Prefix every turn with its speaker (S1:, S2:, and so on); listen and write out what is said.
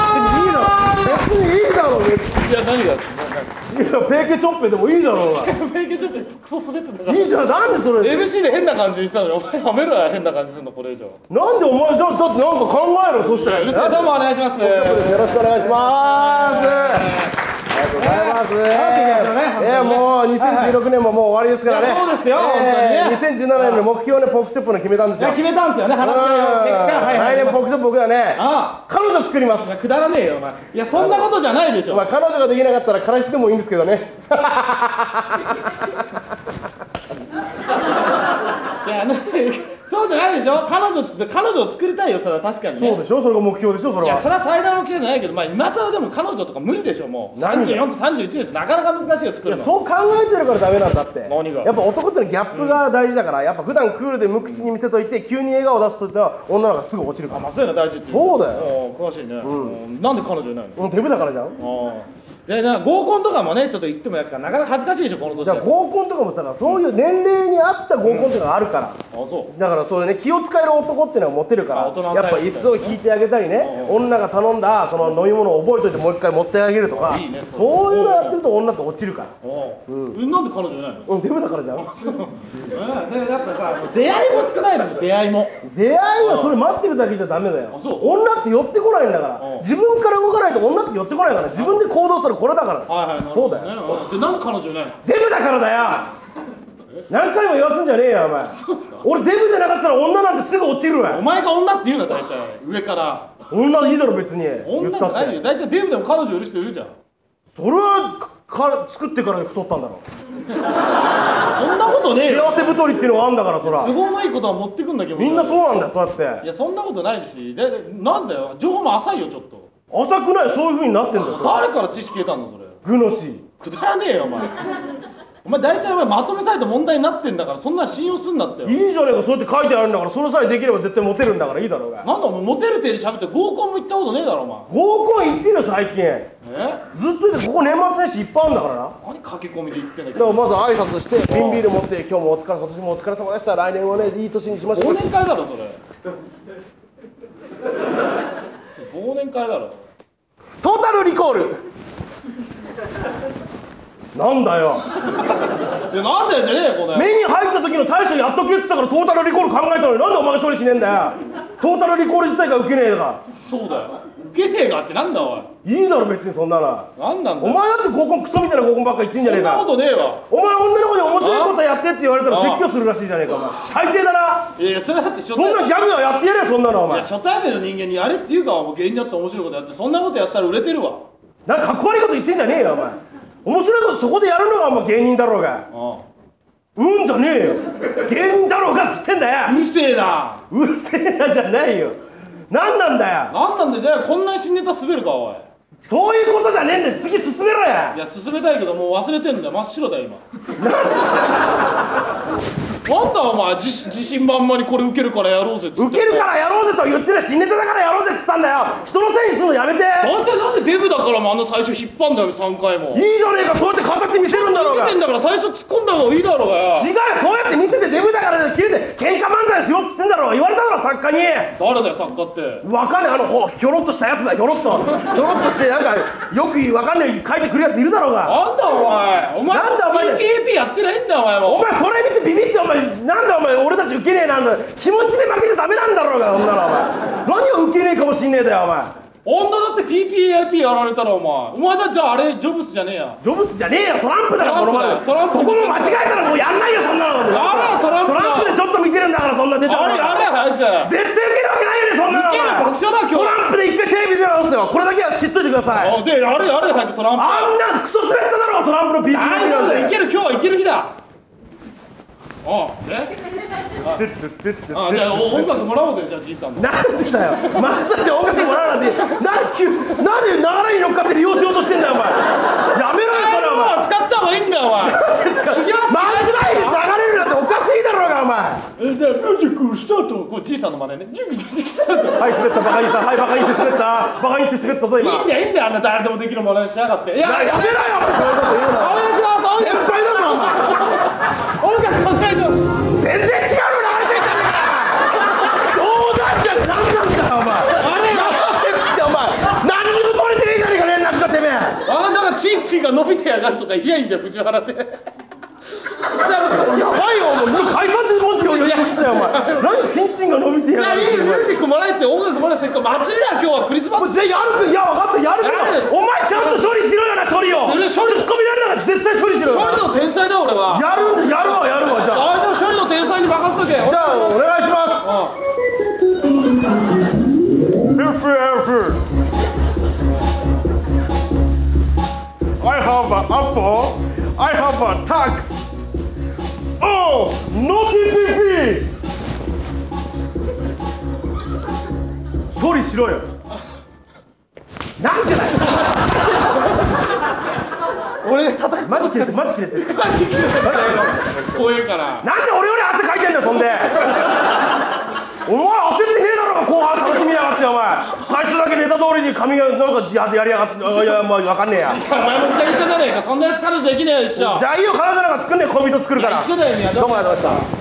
S1: 別にいいだろ別に
S2: いや何が
S1: いいだろペーケチョッペでもいいだろうが
S2: ペンケちょっとクソ滑ってたから
S1: いいじゃんなんでそれ
S2: MC で変な感じにしたのにお前やめろや変な感じすんのこれ以上
S1: なんでお前じゃあだってなんか考えろそしたら
S2: うるせえどうもお願いします
S1: よろしくお願いします。ありがとうございます。ええもう2016年ももう終わりですからね。
S2: いやそうですよ
S1: ええ
S2: 本当
S1: 2017年の目標ねポークチョップの決めたんですよ。
S2: 決めたんですよね話し合いの結果はい
S1: 来年ポークチョップ僕はね
S2: あ
S1: 彼女作ります。
S2: あくだらねえよお前いやそんなことじゃないでしょ
S1: まあ彼女ができなかったら彼氏でもいいんですけどね。
S2: いやなそうじゃないでしょ彼女って彼女を作りたいよそれは確かにね
S1: そうでしょそれが目標でしょそ
S2: い
S1: れ
S2: やそ
S1: は。
S2: れは最大の規定じゃないけどまあ今更でも彼女とか無理でしょもう
S1: 何が
S2: 34分31ですなかなか難しいよ作
S1: いや
S2: るの
S1: そう考えてるからダメなんだって
S2: 何が
S1: やっぱ男ってのはギャップが大事だから、やっぱ普段クールで無口に見せといて急に笑顔出すといったら女の子がすぐ落ちるか
S2: あ
S1: ら
S2: まあそういうの大事ってい
S1: そうだよ
S2: おー詳しいね、うん、なんで彼女いないの
S1: うん手札からじゃん
S2: ああでなんか合コンとかもねちょっと行ってもやっぱなかなか恥ずかしいでしょこの年
S1: じゃあ
S2: で
S1: 合コンとかもさそういう年齢に合った合コンっていうのがあるから、
S2: あそう
S1: だからそういうね気を使える男っていうのはモテるか
S2: あ
S1: ら
S2: 大人の
S1: やっぱ
S2: タイプ
S1: 椅子を引いてあげたりね、
S2: うん
S1: 女が頼んだその飲み物を覚えといてもう一回持ってあげるとか
S2: あいいね
S1: そういうのやってると女って落ちるから、
S2: おう
S1: う
S2: なんで彼女いないの、
S1: うん、デブだからじゃん
S2: えね、だってさ出会いも少ないでしょ出会いも
S1: 出会いはそれ待ってるだけじゃダメだよ
S2: あそう
S1: 女って寄ってこないんだか
S2: うん
S1: ら自分から動かないと女って寄ってこないから自分で行動するこれだから、
S2: はいはいなる
S1: そ
S2: ほ
S1: う
S2: ど
S1: だ
S2: ね
S1: よ
S2: うんでなんで彼女いないの
S1: デブだからだよ何回も言わすんじゃねえよお前
S2: そうですか
S1: 俺デブじゃなかったら女なんてすぐ落ちるわ
S2: お前が女って言うな大体上から
S1: 女いいだろ別に言
S2: 女
S1: っ
S2: じ
S1: た
S2: ゃ
S1: っ
S2: ない
S1: て
S2: よ大体デブでも彼女いる人いるじゃん
S1: それはか作ってから太ったんだろ
S2: そんなことねえよ
S1: 幸せ太りっていうのがあんだからそら
S2: 都合のいいことは持ってくんだけど
S1: みんなそうなんだよそうやっ
S2: い
S1: て
S2: やそんなことないしでなんだよ情報も浅いよちょっと
S1: 浅くないそういう風になってんだよそれ
S2: 誰から知識得たんだそれ
S1: グノシー
S2: くだらねえよお前お前大体お前まとめサイト問題になってんだからそんな信用すんなってよなんだ
S1: いいじゃねえかそうやって書いてあるんだからそれさえできれば絶対モテるんだからいいだろうが
S2: お前モテる手で喋って合コンも行ったことねえだろお
S1: 合コン行ってるよ最近
S2: 前え
S1: ずっといてここ年末年始いっぱいあるんだからな
S2: 何駆け込みで言ってんだけ
S1: だか
S2: ど
S1: らまず挨拶して瓶ビール持って今日もお疲れ今年もお疲れ様でした来年はねいい年にしましょ
S2: 忘
S1: う
S2: 年会だろそれ忘年会だろ
S1: トータルリコールなんだよ
S2: いやなんだよじゃねえよこの野郎
S1: 目に入った時の対処やっとけって言ったからトータルリコール考えたのになんでお前が処理しねえんだよトータルリコール自体が受けねえか
S2: そうだよ受けねえがってなんだおい
S1: らいいだろ別にそんなの
S2: 何なんだ
S1: お
S2: よ
S1: 前だって合コンクソみたいな合コンばっか言ってんじゃ
S2: そん
S1: ねえ
S2: なこ
S1: か
S2: とねえわ
S1: お前女の子に面白いことやってって言われたら
S2: ああ
S1: 説教するらしいじゃねえかお前最低だない
S2: やいやそれだって初
S1: そんなギャグはやってやれよそんなのお
S2: い
S1: 前
S2: や初対面の人間にやれって言うからもう芸人だって面白いことやってそんなことやったら売れてるわ
S1: なんかかっこ悪いこと言ってんじゃねえよお前面白いことそこでやるのがお前芸人だろうが
S2: あ
S1: うんじゃねえよ芸人だろうがっつってんだ
S2: あう
S1: よ
S2: るせえな
S1: うるせえなじゃないよ何なんだよ
S2: なんなんでじゃあこんなに新ネタ滑るかおい
S1: そういうことじゃねえんだよ次進めろや
S2: いや進めたいけどもう忘れてんだよ真っ白だ よ今なんだお前自自信満々にこれ受けるからやろうぜっつって
S1: 受けるからやろうぜと言ってる新ネタだからやろうぜっつったんだよ人のせいにするのやめて
S2: 大体なんでデブだからもあんな最初引っ張んだよ3回も
S1: いいじゃねえかそうやって形見せるんだろう
S2: 受
S1: が
S2: け
S1: 違
S2: てだ
S1: うん
S2: から最初突っ込んだ方がいいだろうがよ
S1: そうやって見せてデブだから切れて喧嘩漫才しろっつってんだろう言われただろ作家に
S2: 誰だよ作家って
S1: わかんないあのほひょろっとしたやつだひょろっとひょろっとしてなんかよくわかんない書いてくるやついるだろうが
S2: なんだお前お前
S1: なんだお前
S2: PPAP やってないんだよお前も
S1: お前それ見てビビってお前なんだお前俺たちウケねえなあの気持ちで負けちゃダメなんだろうがそんなのお前何がウケねえかもしんねえだよお前
S2: 女だって PPAP やられたらお前お前だってじゃああれジョブスじゃねえや
S1: ジョブスじゃねえよトランプだろこの前
S2: トランプだ
S1: そ
S2: よ
S1: こも間違えたらもうやんないよそんなの
S2: やれよトランプ
S1: トランプでちょっと見てるんだからそんな出たら
S2: あれやれ早く
S1: 絶対受けるわけないよねそんな
S2: ウ
S1: の
S2: ケる
S1: お
S2: 爆
S1: 前
S2: 笑だ今日
S1: トランプで一回テレビ出直すよこれだけは知っといてくださ
S2: あ
S1: い
S2: でやれやれ早くトランプ
S1: あんなクソ滑っただろトランプの PP
S2: 大丈夫だよいける今日はいける日だああえああじゃあお音楽もらおうぜじゃあじいさんの
S1: なんでだよ漫才で音楽もらうなんてなんで急なんで流れに乗っかって利用しようとしてんだよお前やめろよそれお前
S2: あ使った方がいいんだよお前いきま
S1: 漫才で流れるなんておかしいだろうがお前
S2: すじゃあミュージックスタートこうじいさんの真似ね準備できたと
S1: はい、滑った、バカにした。はい、バカにして滑った。バカにして滑ったぞ、
S2: い
S1: 今。
S2: いんだよいいんだよあんな誰でもできる真似しやがっていや
S1: ややめろよ、お前、そういうこと言う
S2: お
S1: な。
S2: 願いします
S1: 先輩だぞ、お前。
S2: 音楽音楽お願いします
S1: 全然違うの流れてんじゃねえかよ冗談じゃん、何なんだよ、お前。
S2: あれが伸びてやがるとか言えいいんだよ藤原でだから
S1: やばいよお前これ解散って文字を言ってきたよお前何チンチンが伸びて
S2: い
S1: や
S2: や
S1: がる
S2: いいミ
S1: お
S2: ュ
S1: 前
S2: ージックもらえて音楽もらえてせっかく祭りだよ今日はクリスマ
S1: こ
S2: ス
S1: れじゃあやるくいや分かったやる
S2: やる
S1: けどお前ちゃんと処理しろよな処理を
S2: する処理
S1: ツッコミられながら絶対処理しろよ
S2: 勝利の天才だ俺は
S1: やるんだやるわやるわじゃあ
S2: ああじゃあ勝利の天才に任せとけ
S1: じゃあお願いします
S2: う
S1: FF I have an apple I have a tag Oh not in TV 処理しろよなんでだよ
S2: ん俺叩く
S1: マジ切れてマジ切れてる
S2: マジ切れたんだよ怖えから
S1: なんで俺より汗かいてんだよそんで お前焦ってねえだろ後半楽しみやがってお前最初だけネタ通りに髪がなんかややりやがってあいやまあ分かんねえ
S2: お
S1: や
S2: 前もぐちゃぐちゃじゃねえかそんなやつ彼女できねえよ一緒
S1: じゃあいいよ彼女なんか作んねえ恋人作るから
S2: 一緒だよみんな
S1: どうもありがとうございました